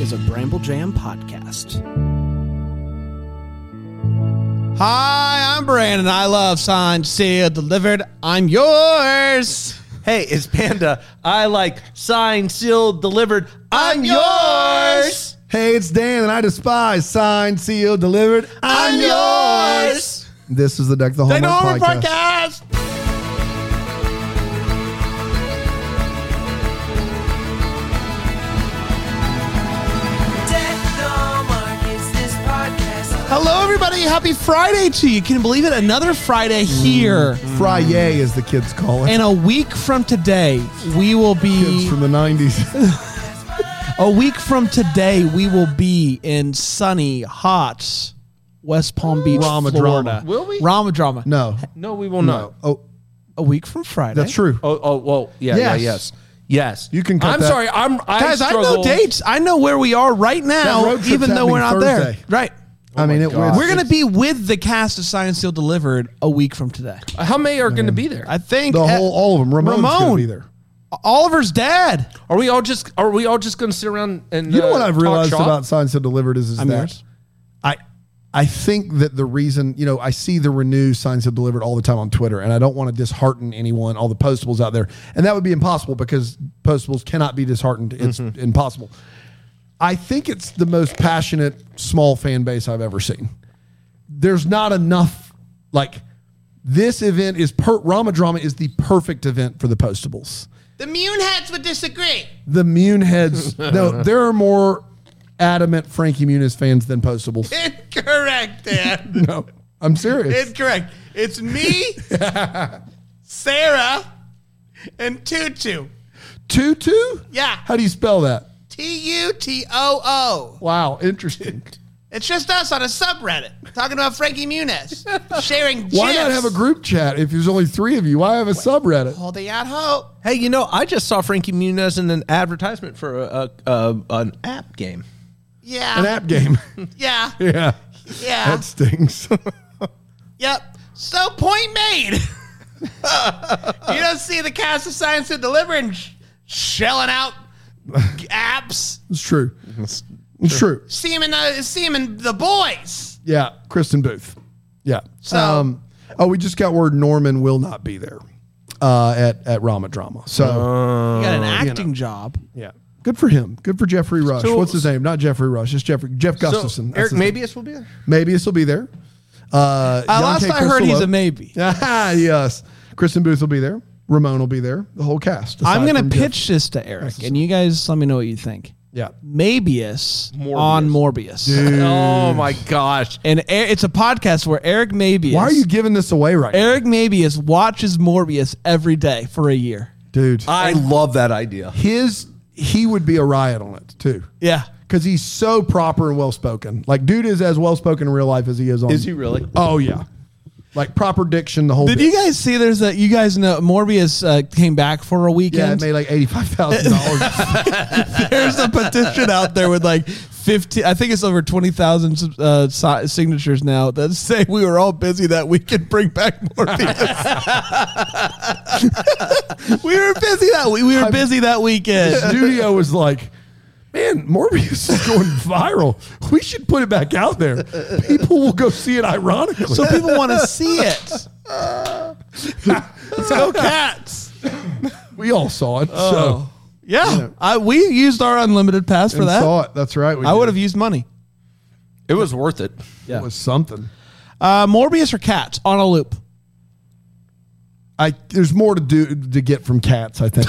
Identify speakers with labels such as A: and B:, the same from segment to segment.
A: is a Bramble Jam podcast.
B: Hi, I'm Brandon. I love signed, sealed, delivered. I'm yours.
C: Hey, it's Panda. I like signed, sealed, delivered. I'm yours.
D: Hey, it's Dan, and I despise signed, sealed, delivered. I'm yours. This is the Deck the
B: They know
D: Hallmark
B: we're
D: podcast.
B: podcast. Hello, everybody. Happy Friday to you. Can you believe it? Another Friday here.
D: Mm-hmm. Friday is the kids call it.
B: And a week from today, we will
D: kids
B: be.
D: from the '90s.
B: A week from today, we will be in sunny, hot West Palm Beach,
D: Rama
B: Florida.
D: drama.
C: Will we?
B: Rama drama.
D: no,
C: No, we will not.
D: oh,
B: A week from Friday.
D: that's true.
C: Oh, oh, well, yeah,
D: Yes.
C: yeah, yes, yes.
D: You can cut
C: I'm
D: that.
C: sorry. I'm I
B: Guys, I know
C: struggle.
B: dates. I know where we are right now,
D: road trip's
B: even though we're not
D: happening
B: there.
D: Thursday. Uh,
B: Right.
D: I mean, it,
C: God.
B: We're going to be with the cast of Science Seal Delivered a week from today.
C: How many are going to be there?
B: I think
D: the
B: uh,
D: whole all of them. Ramon's
B: Ramon.
D: gonna be there.
B: Oliver's dad.
C: Are we all just Are we all just going to sit around and
D: You know
C: uh,
D: what I've
C: talk
D: realized
C: shop?
D: about Signed, Sealed, Delivered is, is
B: I'm
D: that
B: yours.
D: I I think that the reason you know I see the renew Signed, Sealed, Delivered all the time on Twitter, and I don't want to dishearten anyone, all the postables out there, and that would be impossible because postables cannot be disheartened. It's
C: Mm-hmm.
D: impossible. I think it's the most passionate small fan base I've ever seen. There's not enough like this event is per Rama Drama is the perfect event for the postables
B: The Muneheads would disagree.
D: the Muneheads. no, there are more adamant Frankie Muniz fans than Postables.
B: Incorrect, Dad.
D: No, I'm serious.
B: Incorrect. It's me, Sarah, and Tutu.
D: Tutu?
B: Yeah.
D: How do you spell that?
B: T U T O O.
D: Wow, interesting.
B: It's just us on a subreddit talking about Frankie Muniz, sharing
D: Why not have a group chat if there's only three of you? Why have a subreddit?
B: holding out hope.
C: Hey, you know, I just saw Frankie Muniz in an advertisement for a, a, a an app game.
D: An
B: Yeah.
D: app game.
B: Yeah.
D: yeah,
B: Yeah.
D: that stings.
B: Yep. So point made. you don't see the cast of Science and Deliver and sh- shelling out apps.
D: it's true. It's true.
B: See him in the, see him in the boys.
D: Yeah, Kristen Booth. Yeah.
B: So-
D: um, oh, we just got word Norman will not be there uh, at at Rama Drama. So.
B: You
D: Uh,
B: got an acting job.
D: Yeah. Good for him. Good for Jeffrey Rush. What's his name? Not Jeffrey Rush. It's Jeffrey Jeff Gustafson.
C: So, Eric
D: maybe
C: Mabius will be there.
D: maybe this will be there. Uh,
B: last
D: Yonke
B: I heard, he's
D: Cristolo.
B: a maybe.
D: Ah, yes. Kristen Booth will be there. Ramon will be there. The whole cast.
B: I'm
D: aside
B: going
D: from
B: to
D: Jeff-
B: pitch this to Eric, and you guys let me know what you think.
D: Yeah.
B: Mabius, on Morbius.
C: Oh my gosh!
B: And Er- it's a podcast where Eric Mabius.
D: Why are you giving this away right
B: Eric Mabius watches Morbius every day for a year.
D: now, dude?
B: uh,
C: I love that idea.
D: His he would be a riot on it too.
B: Yeah.
D: Because he's so proper and well spoken. Like, dude is as well spoken in real life as he is on.
C: Is he really?
D: Oh yeah, like proper diction. The whole.
B: Did
D: bit.
B: you guys see? There's a you guys know Morbius uh, came back for a
D: Yeah,
B: weekend.
D: it made like eighty five thousand dollars.
B: there's a petition out there with like 15 i think it's over 20000 uh, si- signatures now that say we were all busy that we could bring back morbius we were busy that we, we were busy that weekend
D: studio was like, man, Morbius is going viral. We should put it back out there. People will go see it ironically.
B: so people want to see it
D: let's go cats. We all saw it.
B: Oh.
D: so
B: yeah I, we used our unlimited pass for
D: And
B: that
D: saw it. oh, That's right. We
B: i
D: did.
B: would have used money
C: It was worth it.
D: It was something.
B: uh, morbius or cats on a loop
D: I there's more to do to get from cats. I think.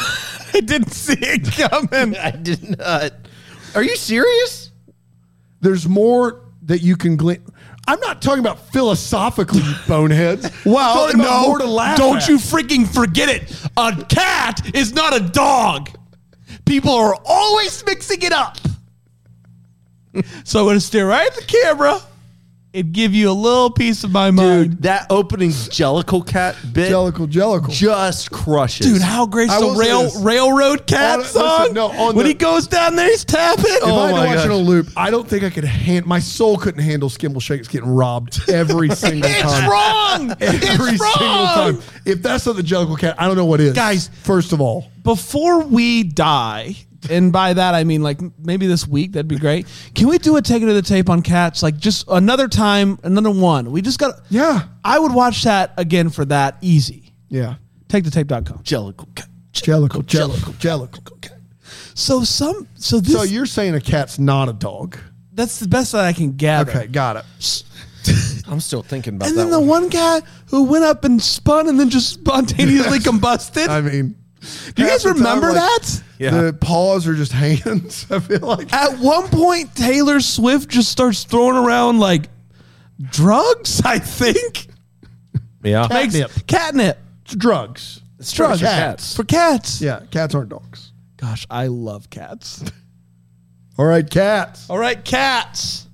B: i didn't see it coming
C: I did not. Are you serious?
D: there's more that you can glean. I'm not talking about philosophically, you boneheads.
B: Wow,
D: I'm talking about
B: no,
D: more to laugh
B: don't
D: at.
B: you freaking forget it. A cat is not a dog. People are always mixing it up. so I'm going to stare right at the camera and give you a little piece of my mind.
C: Dude, that opening Jellicle Cat bit
D: Jellicle, jellicle.
C: just crushes.
B: Dude, how great
D: I
B: the
D: will say
B: rail,
D: this.
B: railroad cat
D: On- listen,
B: song?
D: no, on
B: when
D: the-
B: he goes down there, he's tapping.
D: If
B: Oh
D: I
B: my
D: had to watch
B: God.
D: it on loop, I don't think I could hand my soul couldn't handle Skimble Shakes getting robbed every single
B: it's
D: time.
B: wrong.
D: Every
B: it's
D: single
B: wrong.
D: time. If that's not the Jellicle Cat, I don't know what is.
B: Guys.
D: first of all,
B: Before we die, and by that I mean like m- maybe this week. That'd be great. Can we do a take it to the tape on cats? Like just another time, another one. We just got.
D: Yeah.
B: I would watch that again for that easy.
D: Yeah.
B: Take the tape.com.
C: Jellicle cat.
D: Jellicle, jellicle, jellicle.
B: So some. So this.
D: So you're saying a cat's not a dog?
B: that's the best that I can gather.
D: Okay, got it.
C: I'm still thinking about
B: And
C: that
B: then the
C: one.
B: one guy who went up and spun and then just spontaneously combusted.
D: I mean,
B: Do you guys
D: half the time,
B: remember
D: like,
B: that?
C: Yeah.
D: The paws are just hands. I feel like
B: At one point, Taylor Swift just starts throwing around like drugs. I think
C: yeah.
B: Makes, catnip
D: it's drugs.
C: It's drugs.
D: Cats.
B: for cats.
D: Yeah, cats aren't dogs.
B: Gosh, I love cats.
D: All right, cats.
B: All right, cats.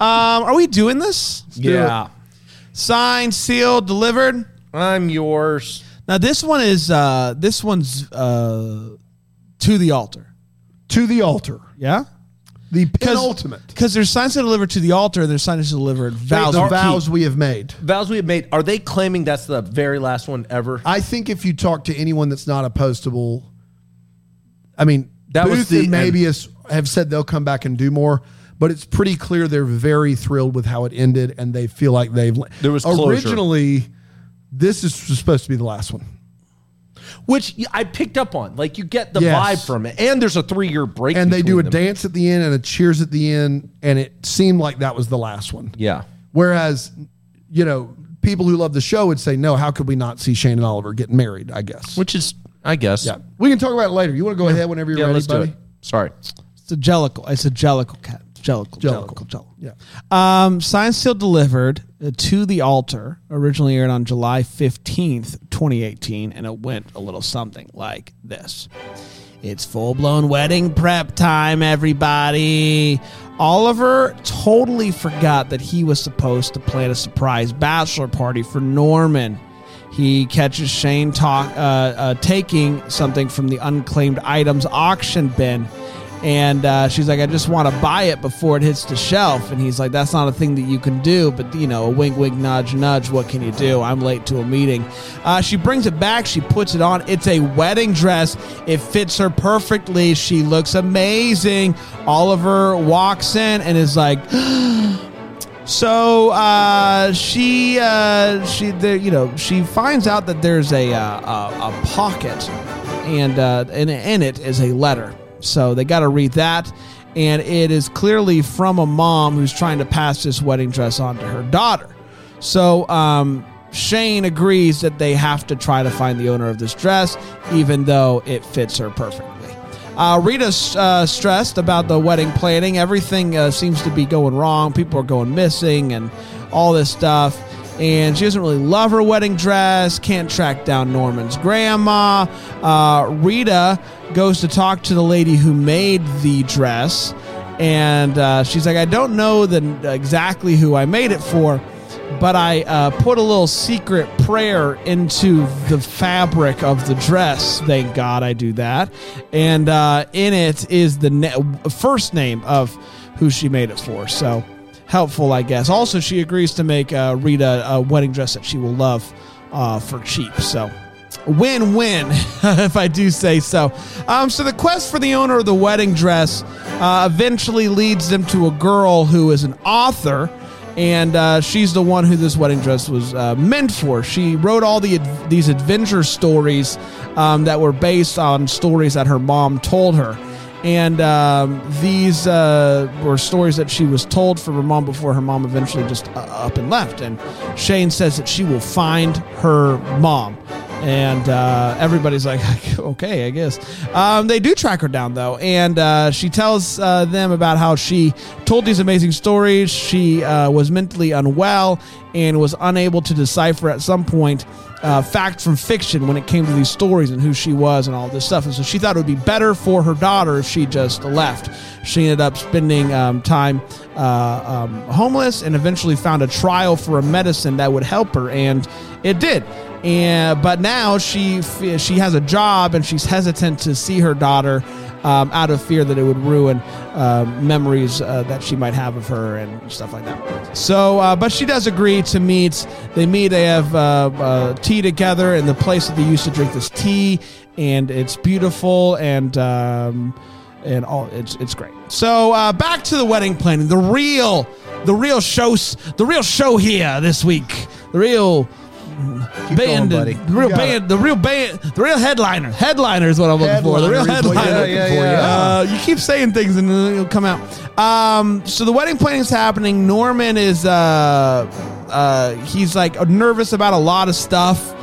B: Um, are we doing this?
C: Yeah.
B: Signed, sealed, delivered.
C: I'm yours.
B: Now this one is uh, this one's uh, to the altar.
D: To the altar.
B: Yeah.
D: The penultimate.
B: Because there's signs to deliver to the altar, and there's signs to deliver vows.
D: the
B: to
D: vows
B: keep.
D: we have made.
C: Vows we have made. Are they claiming that's the very last one ever?
D: I think if you talk to anyone that's not a postable, I mean,
C: That was
D: Booth
C: the-
D: and Mabius have said they'll come back and do more, but it's pretty clear they're very thrilled with how it ended, and they feel like they've
C: There was closure.
D: originally. This is supposed to be the last one.
C: Which y- I picked up on. Like you get the
D: Yes.
C: vibe from it. And there's a three year break.
D: and they do a
C: between them.
D: dance at the end and a cheers at the end and it seemed like that was the last one
C: Yeah.
D: whereas you know people who love the show would say no how could we not see shane and oliver get married i guess
C: Which is I guess.
D: yeah we can talk about it later you want to go ahead whenever you're
C: Yeah,
D: ready
C: let's
D: buddy
C: do it. Sorry.
B: It's a jellicle. It's a jellicle cat. Jellicle. Jellicle.
D: Jellicle.
B: Jellicle.
D: yeah
B: Um, Signs Still Delivered uh, to the Altar originally aired on July 15th, 2018, and it went a little something like this. It's full blown wedding prep time, everybody. Oliver totally forgot that he was supposed to plan a surprise bachelor party for Norman. He catches Shane talk, uh, uh, taking something from the unclaimed items auction bin. And uh, she's like, I just want to buy it before it hits the shelf. And he's like, That's not a thing that you can do. But, you know, a wink, wink, nudge, nudge. What can you do? I'm late to a meeting. Uh, she brings it back. She puts it on. It's a wedding dress. It fits her perfectly. She looks amazing. Oliver walks in and is like, so uh, she uh, she there, you know she finds out that there's a uh, a, a pocket, and uh, and in it is a letter. So they got to read that, and it is clearly from a mom who's trying to pass this wedding dress on to her daughter. So um, Shane agrees that they have to try to find the owner of this dress, even though it fits her perfectly. Uh, Rita's uh, stressed about the wedding planning. Everything uh, seems to be going wrong. People are going missing and all this stuff. And she doesn't really love her wedding dress, can't track down Norman's grandma. Uh, Rita goes to talk to the lady who made the dress. And uh, she's like, I don't know the, exactly who I made it for but I uh, put a little secret prayer into the fabric of the dress. Thank God I do that. And uh, in it is the na- first name of who she made it for. So helpful, I guess. Also, she agrees to make uh, Rita a wedding dress that she will love uh, for cheap. So win win, if I do say so. Um, so, the quest for the owner of the wedding dress uh, eventually leads them to a girl who is an author. And uh, she's the one who this wedding dress was uh, meant for. She wrote all the ad- these adventure stories um, that were based on stories that her mom told her and um, these uh, were stories that she was told from her mom before her mom eventually just uh, up and left. And Shane says that she will find her mom, and uh, everybody's like, "Okay, I guess." Um, they do track her down though, and uh, she tells uh, them about how she told these amazing stories. She uh, was mentally unwell and was unable to decipher at some point uh, fact from fiction when it came to these stories and who she was and all this stuff. And so she thought it would be better for her daughter if she just left. She ended up spending um, time uh, um, homeless and eventually found a trial for a medicine that would help her, and it did. And but now she fe- she has a job and she's hesitant to see her daughter um, out of fear that it would ruin uh, memories uh, that she might have of her and stuff like that. So, uh, but she does agree to meet. They meet. They have uh, uh, tea together in the place that they used to drink this tea, and it's beautiful. And um, and all it's it's great. So uh, back to the wedding planning, the real, the real shows, the real show here this week, the real. band,
C: going, buddy.
B: the real
D: You got
B: band, the real band, the real headliner. Headliner is what I'm looking for. The real
D: Headliner is what you're
B: headliner.
D: looking Yeah, yeah, for,
B: Uh,
D: yeah.
B: you keep saying things and then it'll come out. Um, so the wedding planning is happening. Norman is uh, uh, he's like nervous about a lot of stuff,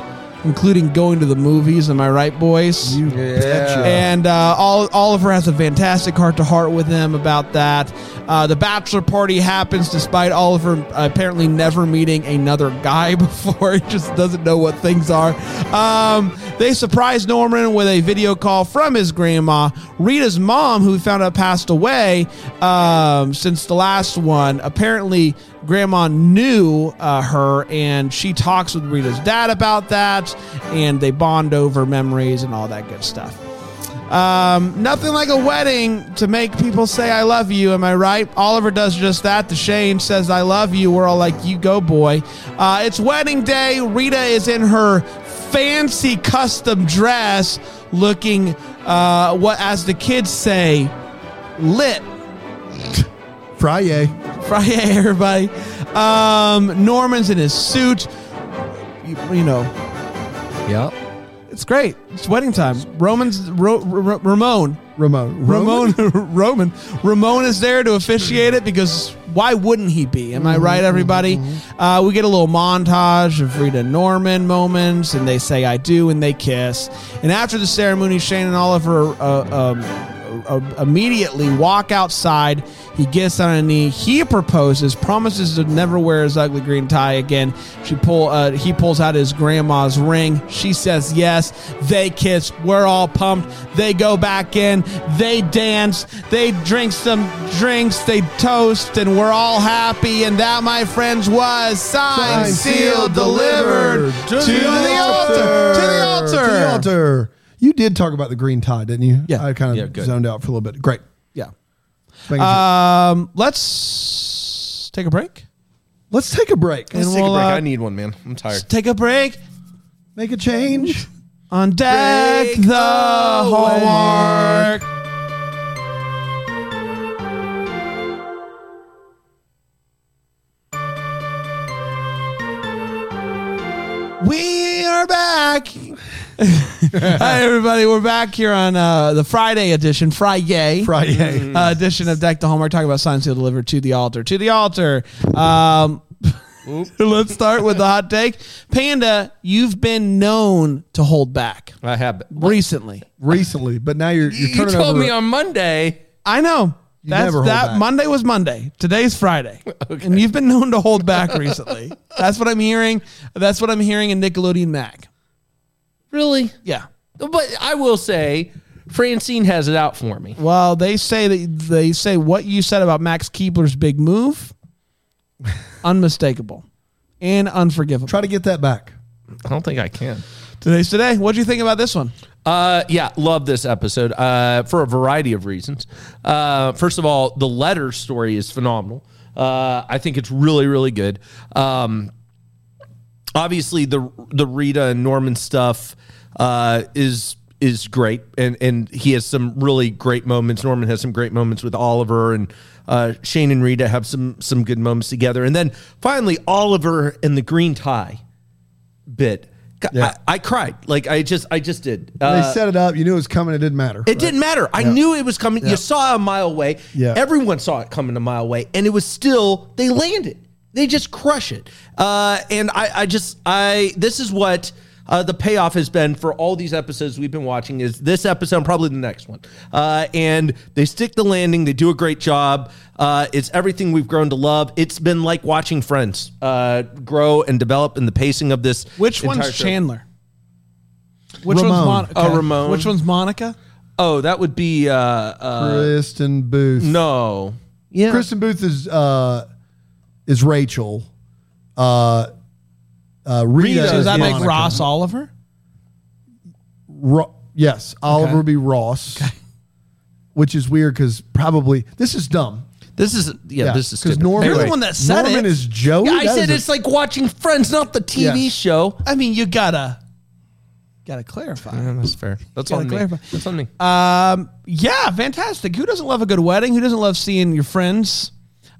B: including going to the movies. Am I right, boys?
C: Yeah.
B: And uh, Ol- Oliver has a fantastic heart to heart with him about that. Uh, the bachelor party happens despite Oliver uh, apparently never meeting another guy before. he just doesn't know what things are. Um, they surprise Norman with a video call from his grandma. Rita's mom, who we found out passed away um, since the last one, apparently grandma knew uh, her and she talks with Rita's dad about that and they bond over memories and all that good stuff. Um, nothing like a wedding to make people say I love you. Am I right? Oliver does just that. The Shane says I love you. We're all like, you go, boy. Uh, it's wedding day. Rita is in her fancy custom dress, looking uh, what, as the kids say, lit.
D: Friday.
B: Friday, everybody. Um, Norman's in his suit. You, you know,
C: Yeah.
B: it's great. It's wedding time. Roman's Ro, Ro, Ramon.
D: Ramon.
B: Ramon Roman Ramon is there to officiate it because why wouldn't he be? Am I right, everybody? Uh, we get a little montage of Rita Norman moments, and they say "I do" and they kiss. And after the ceremony, Shane and Oliver uh, um, uh, immediately walk outside. He gets on a knee. He proposes, promises to never wear his ugly green tie again. She pull. Uh, he pulls out his grandma's ring. She says yes. They kiss. We're all pumped. They go back in. They dance. They drink some drinks. They toast, and we're all happy. And that, my friends, was signed,
D: Signed,
B: sealed, delivered to, the, altar. To the altar.
D: To the altar. You did talk about the green tie, didn't you?
B: Yeah.
D: I kind
C: Yeah,
D: of
C: good. Uh,
D: zoned out for a little bit. Great.
B: Yeah.
D: Making sure.
B: Um. Let's take a break.
D: Let's take a break.
B: and
C: Let's take a
B: we'll,
C: break.
B: uh,
C: I need one, man. I'm tired.
B: Take a break.
D: Make a change.
B: On deck
C: Break
B: the
C: the
B: hallmark. We are back. Hi, everybody. We're back here on uh, the Friday edition, Friday
D: Friday.
B: uh, edition of Deck the Hallmark. Talking about signs he'll deliver to the altar. To the altar. Um, let's start with the hot take. Panda, you've been known to hold back
C: I have.
B: recently.
D: Recently, but now you're you're
C: You
D: turning
C: told
D: over.
C: me on Monday.
B: I know. That's
D: never hold
B: that
D: back.
B: Monday was Monday. Today's Friday. And you've been known to hold back recently. That's what I'm hearing. That's what I'm hearing in Nickelodeon Mac.
C: Really?
B: Yeah.
C: But I will say, Francine has it out for me.
B: Well, they say that they say what you said about Max Keebler's big move, unmistakable and unforgivable.
D: Try to get that back.
C: I don't think I can.
B: Today's today. What do you think about this one?
C: Uh, yeah, love this episode uh, for a variety of reasons. Uh, first of all, the letter story is phenomenal. Uh, I think it's really, really good. Um, obviously, the the Rita and Norman stuff uh, is is great, and and he has some really great moments. Norman has some great moments with Oliver, and uh, Shane and Rita have some some good moments together. And then finally, Oliver and the green tie bit. God,
D: Yeah.
C: I, I cried like I just I just did. Uh,
D: they set it up. You knew it was coming. It didn't matter.
C: it didn't matter. I knew it was coming. You saw it a mile away.
D: Yeah.
C: Everyone saw it coming a mile away, and it was still they landed. They just crush it. Uh, and I, I just I this is what uh, the payoff has been for all these episodes we've been watching is this episode and probably the next one. Uh, and they stick the landing. They do a great job. Uh, it's everything we've grown to love. It's been like watching Friends uh, grow and develop in the pacing of this.
B: Which
C: entire
B: one's
C: show.
B: Chandler? Which one's
D: Ramon.
B: Monica?
C: Oh, Ramon.
B: Which one's Monica?
C: Oh, that would be uh, uh,
D: Kristen Booth.
C: no. Yeah.
D: Kristen Booth is uh, is Rachel. Uh, uh, Rita,
B: So does
D: is
B: that make
D: Monica.
B: Ross Oliver?
D: Ro- yes, Oliver would be Ross, which is weird because probably this is dumb.
C: This is yeah, This is
D: because
C: stupid.
D: Norman,
B: You're the one that said
D: Norman
B: it.
D: is Joey.
C: Yeah, I
D: That
C: said
D: is a-
C: it's like watching Friends, not the TV
D: Yes.
C: show.
B: I mean, you gotta Gotta clarify.
C: Yeah, Uh, that's fair. That's
B: Gotta
C: on me.
B: clarify.
C: That's on me.
B: Um, yeah, fantastic. Who doesn't love a good wedding? Who doesn't love seeing your friends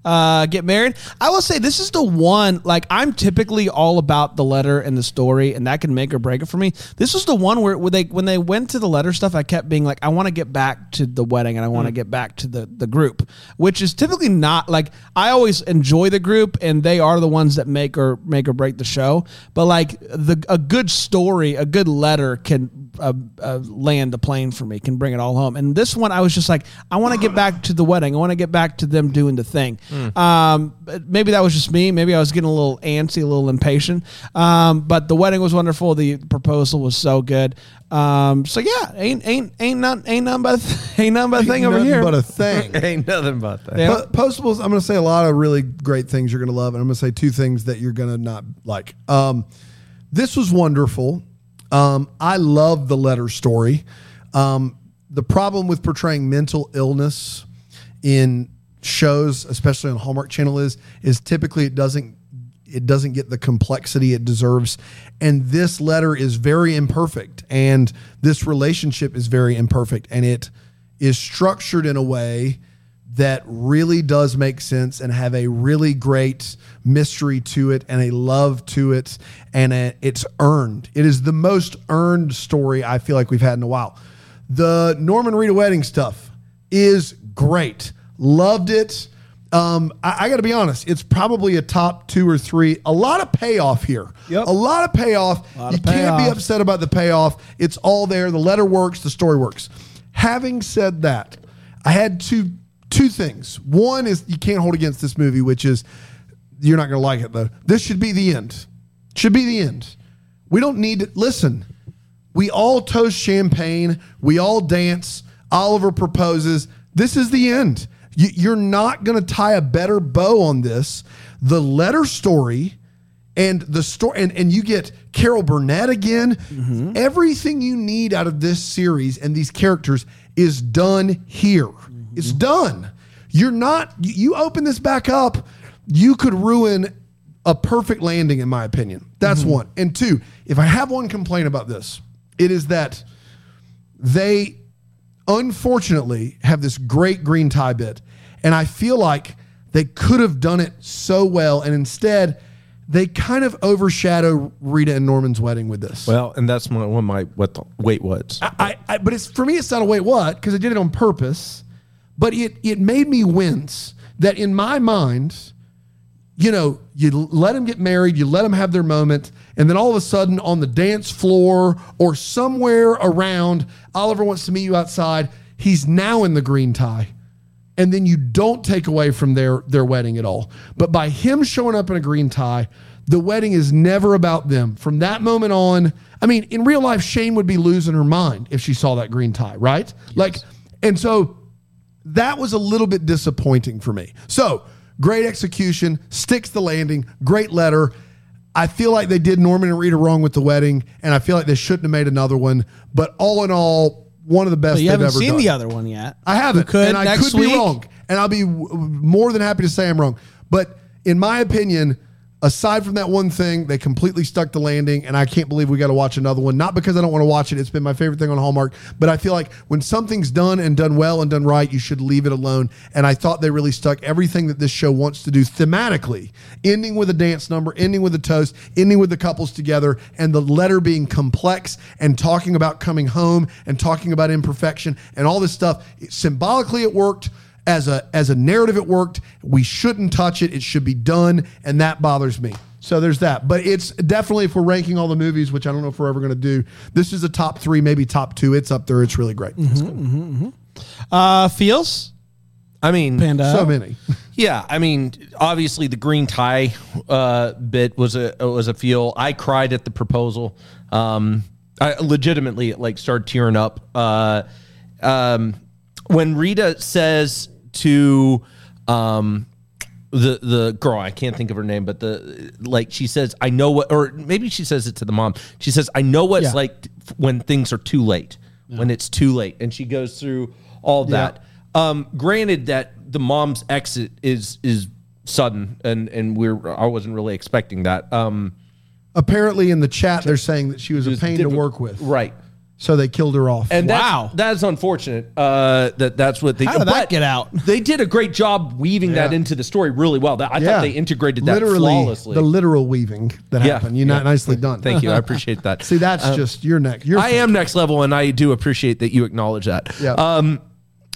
B: uh, get married? I will say this is the one. Like I'm typically all about the letter and the story, and that can make or break it for me. This was the one where, where they when they went to the letter stuff, I kept being like, I want to get back to the wedding, and I want to get back to the the group, which is typically not like I always enjoy the group, and they are the ones that make or make or break the show. But like the a good story, a good letter can uh, uh, land the plane for me, can bring it all home. And this one, I was just like, I want to get back to the wedding. I want to get back to them doing the thing. Um, but maybe that was just me. Maybe I was getting a little antsy, a little impatient. Um, but the wedding was wonderful. The proposal was so good. Um, so yeah, ain't ain't ain't none ain't none but a th- ain't none but a thing over
D: Nothing
B: here.
D: But a thing.
C: Ain't nothing but that.
B: Yeah.
D: Po- Postables, I'm going to say a lot of really great things you're going to love, and I'm going to say two things that you're going to not like. Um, this was wonderful. Um, I love the letter story. Um, the problem with portraying mental illness in shows, especially on Hallmark Channel, is is typically it doesn't it doesn't get the complexity it deserves, and this letter is very imperfect, and this relationship is very imperfect, and it is structured in a way that really does make sense and have a really great mystery to it and a love to it and a, it's earned. It is the most earned story I feel like we've had in a while. The Norman Rita wedding stuff is great. Loved it. Um, I, I got to be honest, it's probably a top two or three. A lot of payoff here.
B: Yep.
D: A lot of payoff.
B: Lot
D: you
B: of
D: can't be
B: payoff.
D: upset about the payoff. It's all there. The letter works. The story works. Having said that, I had two two things. One is you can't hold against this movie, which is you're not going to like it though. This should be the end. Should be the end. We don't need to listen. We all toast champagne. We all dance. Oliver proposes. This is the end. You, you're not going to tie a better bow on this. The letter story and the story and, and you get carol burnett again everything you need out of this series and these characters is done here it's done you're not you- you open this back up you could ruin a perfect landing in my opinion that's one and two if i have one complaint about this it is that they unfortunately have this great green tie bit and i feel like they could have done it so well and instead they kind of overshadow rita and norman's wedding with this
C: Well, and that's my one of my what the wait what's.
D: I, I, but it's for me. It's not a wait what because I did it on purpose, but it it made me wince that in my mind, you know, you l- let them get married, you let them have their moment, and then all of a sudden on the dance floor or somewhere around, Oliver wants to meet you outside. He's now in the green tie, and then you don't take away from their their wedding at all. But by him showing up in a green tie. The wedding is never about them. From that moment on, I mean, in real life, Shane would be losing her mind if she saw that green tie, right? Like, and so that was a little bit disappointing for me. So great execution, sticks the landing, great letter. I feel like they did Norman and Rita wrong with the wedding, and I feel like they shouldn't have made another one. But all in all, one of the best
B: you
D: they've
B: haven't
D: ever
B: seen
D: done.
B: the other one yet.
D: I haven't,
B: could
D: and I
B: next
D: could be
B: week?
D: wrong, and I'll be w- w- more than happy to say I'm wrong. But in my opinion, aside from that one thing, they completely stuck the landing, and I can't believe we got to watch another one. Not because I don't want to watch it; it's been my favorite thing on Hallmark. But I feel like when something's done and done well and done right, you should leave it alone. And I thought they really stuck everything that this show wants to do thematically, ending with a dance number, ending with a toast, ending with the couples together, and the letter being complex and talking about coming home and talking about imperfection and all this stuff. It- symbolically, it worked. As a as a narrative, it worked. We shouldn't touch it. It should be done, and that bothers me. So there's that. But it's definitely if we're ranking all the movies, which I don't know if we're ever going to do. This is a top three, maybe top two. It's up there. It's really great.
C: Mm-hmm.
B: Uh, feels
C: I mean,
B: panda.
D: So many.
C: Yeah, I mean, obviously the green tie uh, bit was a was a feel. I cried at the proposal. Um, I legitimately like started tearing up. Uh, um, when Rita says to um, the the girl, I can't think of her name, but the like she says, "I know what," or maybe she says it to the mom. She says, "I know what
D: Yeah.
C: it's like when things are too late, when it's too late," and she goes through all that. Um, granted that the mom's exit is is sudden and and we're I wasn't really expecting that. Um,
D: Apparently, in the chat, they're saying that she was a pain to
C: different-
D: work with,
C: Right.
D: so they killed her off.
C: And that's,
B: Wow.
C: that's unfortunate. Uh, that that's what they.
B: How did that
C: but
B: get out?
C: They did a great job weaving that
D: Yeah.
C: into the story really well. That I thought they integrated that flawlessly.
D: the literal weaving that
C: Yeah,
D: happened. You
C: yeah.
D: not nicely done.
C: Thank you, I appreciate that.
D: See, that's just your neck. Your
C: I am next level, and I do appreciate that you acknowledge that.
D: Yeah.
C: Um,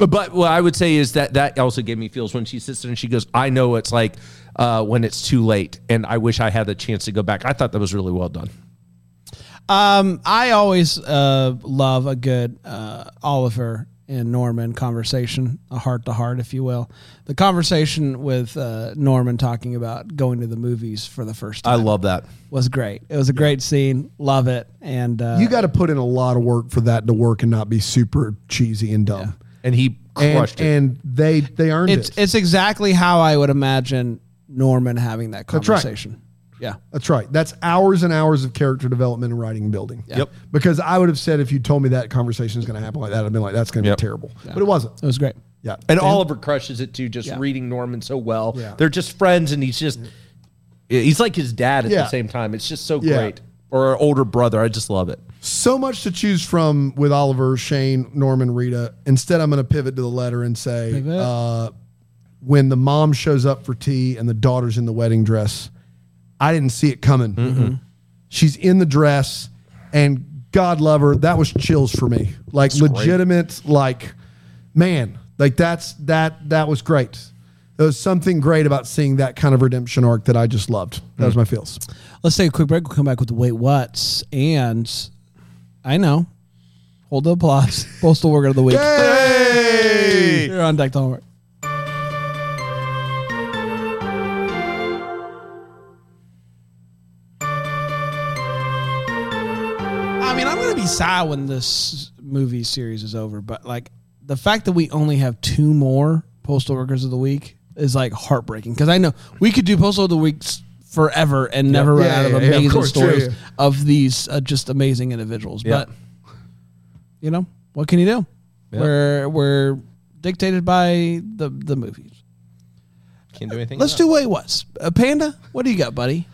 C: but what I would say is that that also gave me feels when she sits there and she goes, "I know it's like uh, when it's too late, and I wish I had the chance to go back." I thought that was really well done.
B: Um, I always uh, love a good uh, Oliver and Norman conversation, a heart to heart, if you will. The conversation with uh, Norman talking about going to the movies for the first
C: I
B: time
C: love that.
B: was great. It was a great scene. Love it. And uh,
D: You got to put in a lot of work for that to work and not be super cheesy and dumb.
C: And he crushed
D: And,
C: it.
D: and they they earned
B: it's
D: it.
B: it's exactly how I would imagine Norman having that
D: right.
B: conversation. Yeah.
D: That's right. That's hours and hours of character development and writing and building.
B: Yep.
D: Because I would have said if you told me that conversation is going to happen like that, I'd been like, that's going to
C: Yep.
D: be terrible. But it wasn't.
B: It was great.
D: Yeah.
C: And Oliver crushes it too, just
B: Yeah.
C: reading Norman so well.
D: Yeah.
C: They're just friends, and he's just he's like his dad at
D: Yeah.
C: the same time. It's just so
D: Yeah.
C: great, or an older brother. I just love it.
D: so much to choose from with Oliver, Shane, Norman, Rita. Instead, I'm going to pivot to the letter and say
B: Pivot.
D: uh, when the mom shows up for tea and the daughter's in the wedding dress, I didn't see it coming. She's in the dress, and God love her. That was chills for me. Like legitimate, like man, like that's that that was great. There was something great about seeing that kind of redemption arc that I just loved. That was my feels.
B: Let's take a quick break. We'll come back with the wait what's and I know. Hold the applause. Postal worker of the week. You're on deck, don't worry. I mean, I'm gonna be sad when this movie series is over, but like the fact that we only have two more postal workers of the week is like heartbreaking because I know we could do postal of the weeks forever and never run
D: Yeah,
B: out of
D: yeah, yeah, of
B: amazing
D: course, true,
B: stories
D: yeah.
B: of these uh, just amazing individuals.
C: Yeah.
B: But you know what can you do? We're we're dictated by the the movies.
C: Can't do anything.
B: Let's do what it was. Uh, Panda, what do you got, buddy?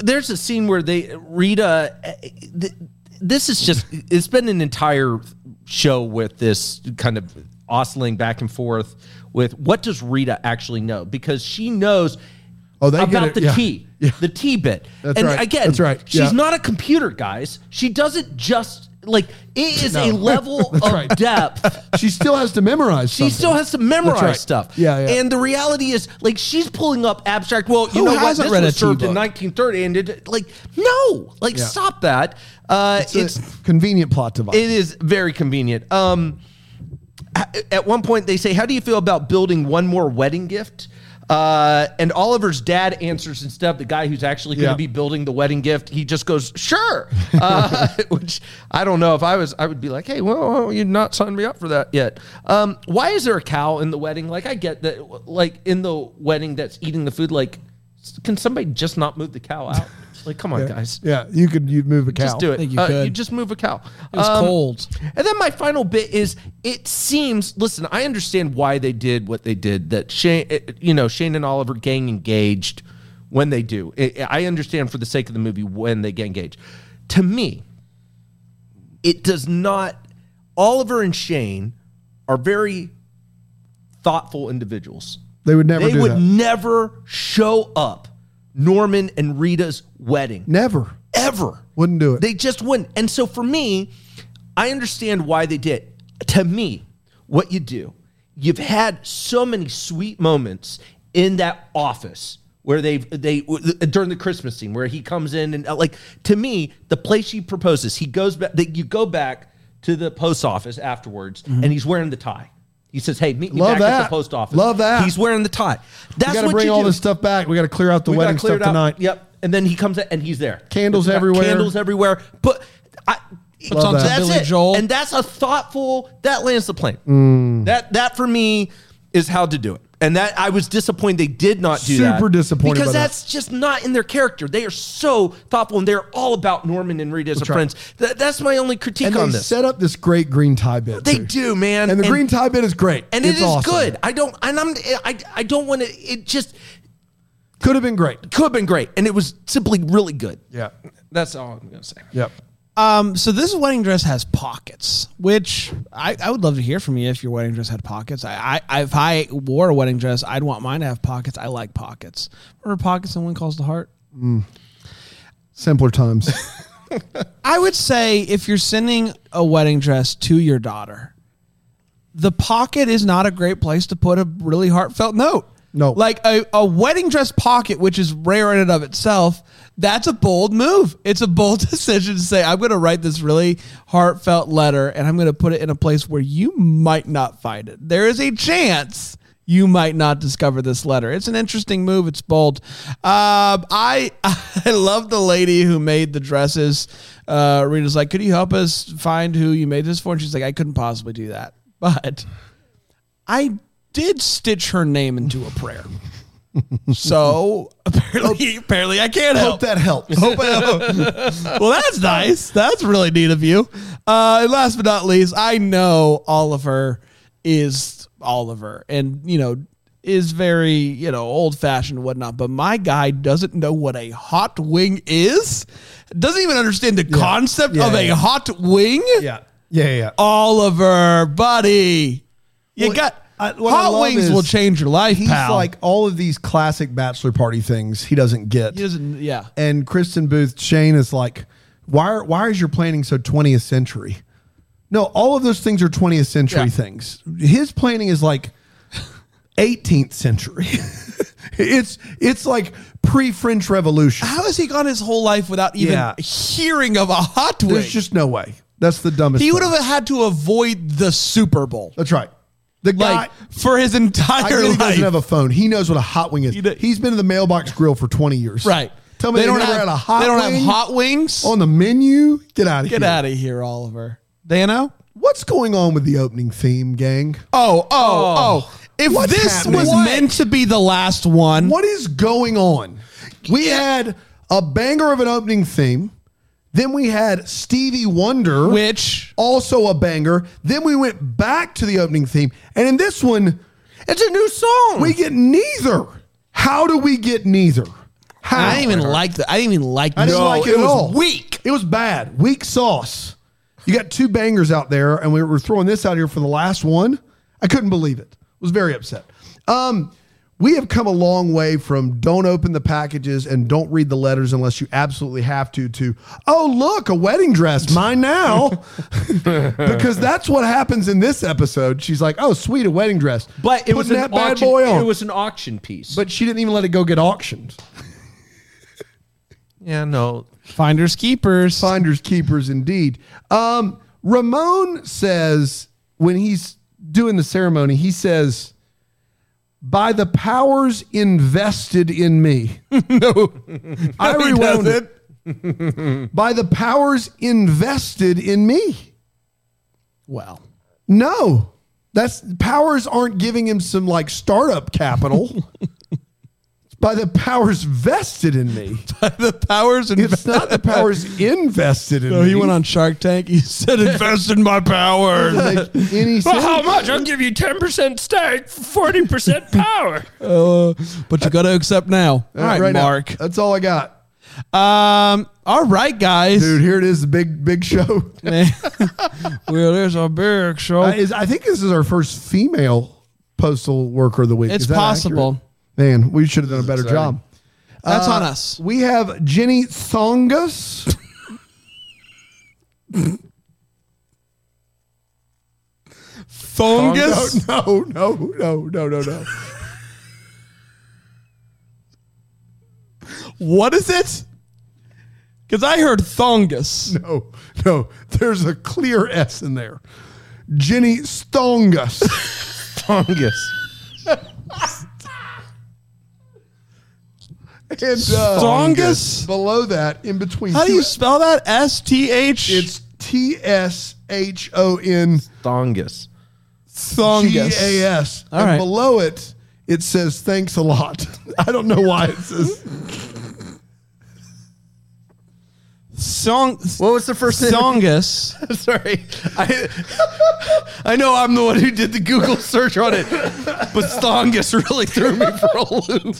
C: there's a scene where they Rita. eh, th- This is just. It's been an entire show with this kind of oscillating back and forth with what does Rita actually know because she knows.
D: Oh, they get
C: about
D: it,
C: the
D: yeah.
C: tea,
D: Yeah.
C: the tea bit.
D: That's
C: and
D: right,
C: again,
D: that's right,
C: She's
D: yeah.
C: not a computer, guys. She doesn't just like it is a
D: No.
C: level of
D: That's right.
C: depth
D: She still has to memorize.
C: she
D: something.
C: still has to memorize
D: That's right.
C: stuff.
D: Yeah, yeah.
C: And the reality is, like, she's pulling up abstract. Well, you
B: Who
C: know what?
B: hasn't
C: This
B: read
C: was
B: a
C: served in
B: tea book?
C: 1930, and it, like, no, like,
D: Yeah.
C: stop that. Uh,
D: It's,
C: it's
D: a convenient plot device.
C: it is very convenient. Um, h- at one point, they say, "How do you feel about building one more wedding gift?" Uh, and Oliver's dad answers instead of the guy who's actually going to
D: Yeah.
C: be building the wedding gift. He just goes, "Sure," uh, which I don't know if I was. I would be like, "Hey, well, well you not signed me up for that yet." Um, why is there a cow in the wedding? Like, I get that. Like in the wedding, that's eating the food. Like, s- can somebody just not move the cow out? Like, come on, guys,
D: Yeah, you could you'd move a cow.
C: just do it.
B: think you
C: Uh,
B: could.
C: you just move a cow.
B: It was
C: Um,
B: cold.
C: and then my final bit is it seems, listen, I understand why they did what they did, that Shane, eh, you know, Shane and Oliver gang engaged when they do. I I understand for the sake of the movie when they get engaged. To me, it does not, Oliver and Shane are very thoughtful individuals.
D: They would never
C: They
D: do
C: would
D: that.
C: never show up Norman and Rita's wedding
D: never.
C: ever.
D: Wouldn't do it.
C: They just wouldn't. And so for me, I understand why they did. To me, what you do, you've had so many sweet moments in that office where they they during the Christmas scene where he comes in and uh, like to me, the place she proposes, he goes back. That you go back to the post office afterwards, and he's wearing the tie. He says, "Hey, meet me
D: Mm-hmm. Love
C: back at
D: that.
C: the post office."
D: Love that.
C: He's wearing the tie.
D: we
C: That's
D: got to
C: what
D: bring
C: you
D: all
C: do.
D: this stuff back. We got to clear out the
C: We got
D: wedding stuff
C: cleared out.
D: tonight.
C: Yep. And then he comes out and he's there.
D: Candles
C: He's got
D: everywhere.
C: Candles everywhere. But I,
D: Love on that. some
C: that's
B: Billy
C: it.
B: Joel.
C: And that's a thoughtful. That lands the plane.
D: Mm.
C: That that for me is how to do it. And that I was disappointed they did not do that.
D: Super disappointed
C: because
D: by that.
C: that's just not in their character. They are so thoughtful and they're all about Norman and Rita as
D: That's
C: a
D: right.
C: friends. That, that's my only critique
D: And
C: on
D: they
C: this.
D: set up this great green tie bit.
C: They
D: too.
C: do, man.
D: And the green tie bit is great.
C: and
D: it's
C: it is
D: awesome.
C: good. I don't, and I'm, I, I don't want to. It just
D: Could have been great.
C: Could have been great, and it was simply really good.
D: Yeah.
C: That's all I'm gonna say.
D: Yep.
B: Um, so this wedding dress has pockets, which I, I would love to hear from you if your wedding dress had pockets. I, I if I wore a wedding dress, I'd want mine to have pockets. I like pockets. Remember pockets and one calls the heart?
D: Simpler times.
B: I would say if you're sending a wedding dress to your daughter, the pocket is not a great place to put a really heartfelt note.
D: No.
B: Like a, a wedding dress pocket, which is rare in and of itself, that's a bold move. It's a bold decision to say, I'm going to write this really heartfelt letter and I'm going to put it in a place where you might not find it. There is a chance you might not discover this letter. It's an interesting move. It's bold. Um, I I love the lady who made the dresses. Uh, Rita's like, could you help us find who you made this for? And she's like, I couldn't possibly do that, but I did stitch her name into a prayer. so apparently, apparently, I can't help
D: Hope that helped. Hope I
B: well, that's nice. That's really neat of you. Uh, and last but not least, I know Oliver is Oliver, and you know is very you know old fashioned and whatnot. But my guy doesn't know what a hot wing is. Doesn't even understand the concept
D: Yeah,
B: of
D: yeah,
B: a
D: yeah.
B: hot wing.
D: Yeah. Yeah. Yeah. yeah.
B: Oliver, buddy, you
D: Well,
B: got
D: I- what I
B: hot
D: love
B: wings
D: is
B: will change your life,
D: He's
B: pal.
D: like all of these classic bachelor party things he doesn't get.
B: he doesn't. Yeah.
D: and Kristen Booth Shane is like, why are, why is your planning so 20th century? No, all of those things are 20th century
B: Yeah.
D: things. His planning is like 18th century. it's it's like pre French Revolution.
B: How has he gone his whole life without even
D: Yeah.
B: hearing of a hot wing?
D: There's just no way. That's the dumbest.
B: He would
D: plan.
B: have had to avoid the Super Bowl.
D: That's right. The guy.
B: Like for his
D: I
B: entire
D: really
B: life.
D: doesn't have a phone. He knows what a hot wing is.
B: do-
D: He has been in the mailbox grill for 20 years.
B: right.
D: Tell me they, don't never had a hot
B: They don't
D: wing Oh,
B: have hot wings.
D: on the menu. Get out of
B: Get
D: here.
B: out of here, Oliver. Dano?
D: What's going on with the opening theme, gang?
B: Oh, oh, oh. If
D: What's
B: this
D: happening?
B: was
D: What?
B: meant to be the last one,
D: What is going on? We had a banger of an opening theme. Then we had Stevie Wonder,
B: which
D: also a banger. Then we went back to the opening theme. And in this one, it's a new song. We get neither. How do we get neither? How?
B: I didn't even like that. I didn't even like
D: I didn't
B: No,
D: like it, at
B: was
D: all.
B: weak.
D: It was bad. Weak sauce. You got two bangers out there, and we were throwing this out here for the last one. I couldn't believe it. Was very upset. Um, we have come a long way from don't open the packages and don't read the letters unless you absolutely have to. To oh look, a wedding dress, mine now, because that's what happens in this episode. She's like, oh sweet, a wedding dress,
C: But it was
D: Putting
C: an
D: that bad
C: auction,
D: boy on.
B: oh.
C: It was an auction piece.
D: but she didn't even let it go get auctioned.
C: yeah, no.
B: Finders keepers.
D: finders keepers indeed. Um, Ramon says when he's doing the ceremony, he says, "By the powers invested in me." no, I rewound it. By the powers invested in me.
B: Well.
D: No, that's powers aren't giving him some like startup capital. It's By the powers vested in me.
B: the powers and
D: It's not the powers invested in
B: No,
D: me.
B: he went on Shark Tank. He said invest in my powers.
D: Doesn't make any sense.
C: much? I'll give you ten percent stake, forty percent power.
B: Uh, but you got to accept now.
C: Uh,
B: All right,
D: now.
B: Mark.
D: That's all I got.
B: Um. All right, guys.
D: Dude, here it is, the big, big show.
B: Man. well, there's a big show.
D: Uh, is- I think this is our first female postal worker of the week.
B: It's
D: Is that
B: possible.
D: accurate? Man, we should have done a better job.
B: That's
C: Uh,
B: on us.
D: We have Jenny Thongus.
B: Fungus.
D: no, no, no, no, no, no.
B: What is it? Because I heard thongus.
D: No, no. There's a clear S in there. Jenny Stongus.
C: Fungus.
D: and uh,
B: Stongus?
D: Below that, in between.
B: How do
D: two-
B: you spell that? S T H.
D: It's T S H O N.
C: Thongus.
B: thongus.
D: G A S.
B: All
D: and
B: right.
D: below it, it says thanks a lot. I don't know why it says.
B: Song.
C: What was the first thing?
B: Thongus.
C: Sorry, I, I know I'm the one who did the Google search on it, but Thongus really threw me for a loop.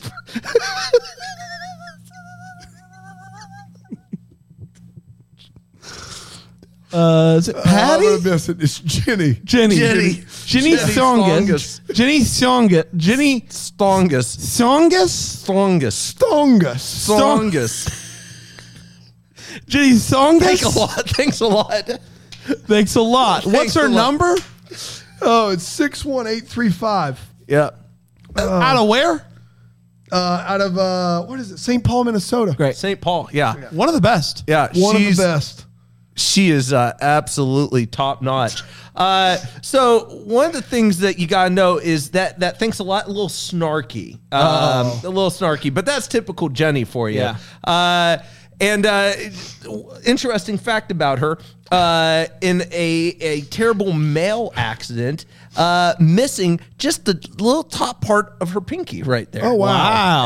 B: Uh, is it Patty?
D: I'm gonna miss it. It's Jenny.
B: Jenny.
C: Jenny.
B: Jenny
C: Jenny
B: Songus. Jenny Songus. Jenny
C: Strongest.
B: Songus.
C: Strongest.
D: Stongus.
C: Strongest.
B: Jenny Songus.
C: Thanks a lot. Thanks a lot.
B: Thanks a lot. What's
C: Thanks
B: her
C: a lot.
B: number?
D: Oh, it's six one eight three five. Oh.
C: Yeah.
B: Out of where?
D: Uh, out of uh, what is it? St. Paul, Minnesota.
B: Great.
C: St. Paul. Yeah.
B: One of the best.
C: Yeah.
D: One
C: she's-
D: of the best.
C: she is uh, absolutely top notch. Uh, so one of the things that you gotta know is that that thing's a lot, a little snarky, um, a little snarky, but that's typical Jenny for you.
B: Yeah.
C: Uh, and uh, interesting fact about her: uh, in a a terrible mail accident, uh, missing just the little top part of her pinky right there.
D: Oh, wow.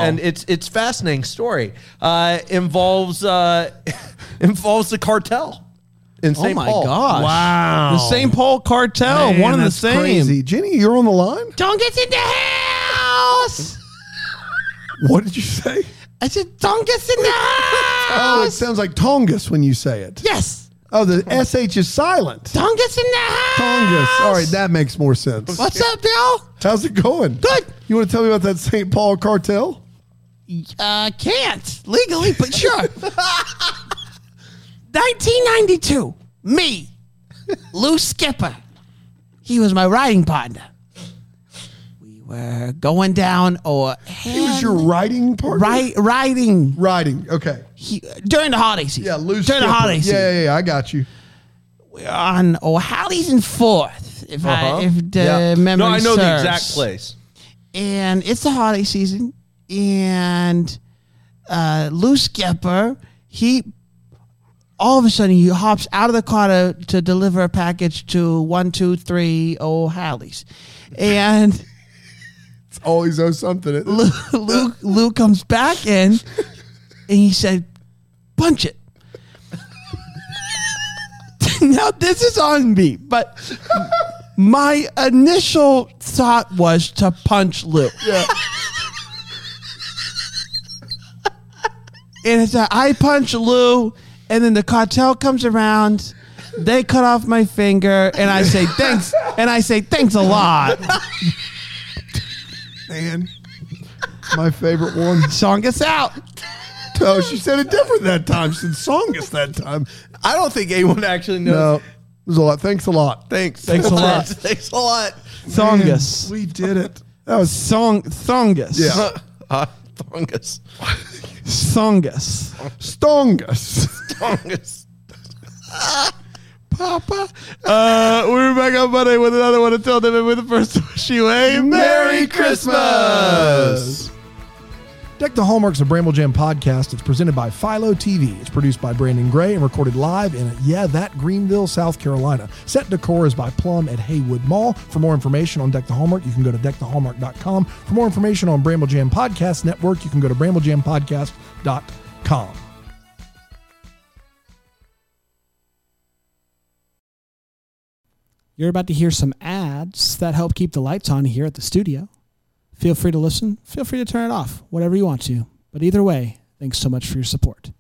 B: Wow.
C: And it's it's fascinating story. Uh, involves uh, involves the cartel in St.
B: Oh my
C: Paul.
B: gosh.
D: Wow.
B: The
C: Oh,
B: St. Paul cartel.
D: Man,
B: one of the
D: that's
B: same.
D: Crazy. Jenny, you're on the line.
B: Tonga's in the house.
D: What did you say?
B: I said Tonga's in the Ah!
D: Oh, it
B: house.
D: sounds like Tongus when you say it.
B: yes.
D: Oh, the sh is silent.
B: Tonga's in the house.
D: Tongus. All right, that makes more sense.
B: What's up, y'all?
D: How's it going?
B: Good.
D: You want to tell me about that St. Paul cartel?
B: Uh, can't legally, but sure. 1992, me, Lou Skipper. He was my riding partner. We were going down or
D: He was your riding partner.
B: ri- riding
D: Riding. Okay.
B: he, during the holiday season.
D: Yeah, loose.
B: during the
D: skipper.
B: holiday season.
D: Yeah, yeah, yeah. I got you.
B: We're on O'Halley's and Oh, Fourth, if
C: Uh-huh.
B: I if the
C: Yeah.
B: memory
C: No, I know the
B: serves.
C: exact place.
B: and it's the holiday season, and uh, Lou Skepper, he all of a sudden he hops out of the car to, to deliver a package to one two three O'Halley's, and
D: It's always oh something.
B: Lou, Lou Lou comes back in, and he said, "Punch it." now this is on me, but my initial thought was to punch Lou.
D: Yeah.
B: and it's a I punch Lou, and then the cartel comes around. They cut off my finger, and I say thanks, and I say thanks a lot.
D: Man. My favorite one.
B: Song us out.
D: Oh, she said it different that time. She said Songus that time.
C: I don't think anyone actually knows.
D: No. It was a lot. Thanks a lot.
C: Thanks.
B: Thanks a lot.
C: Thanks a lot.
B: Song
D: Man,
B: us.
D: We did it. That was
B: Song thongus.
D: Yeah.
C: Uh, Thongus.
B: Songus.
D: Stongus.
C: Thongus.
B: Papa. Uh, we're back on Monday with another one until then with the first she waved.
D: Merry Christmas! Deck the Hallmarks of Bramble Jam podcast. It's presented by Philo TV. It's produced by Brandon Gray and recorded live in, yeah, that Greenville, South Carolina. Set decor is by Plum at Haywood Mall. For more information on Deck the Hallmark, you can go to deckthehallmark.com. For more information on Bramble Jam Podcast Network, you can go to bramblejampodcast.com.
E: You're about to hear some ads that help keep the lights on here at the studio. Feel free to listen, feel free to turn it off, whatever you want to. But either way, thanks so much for your support.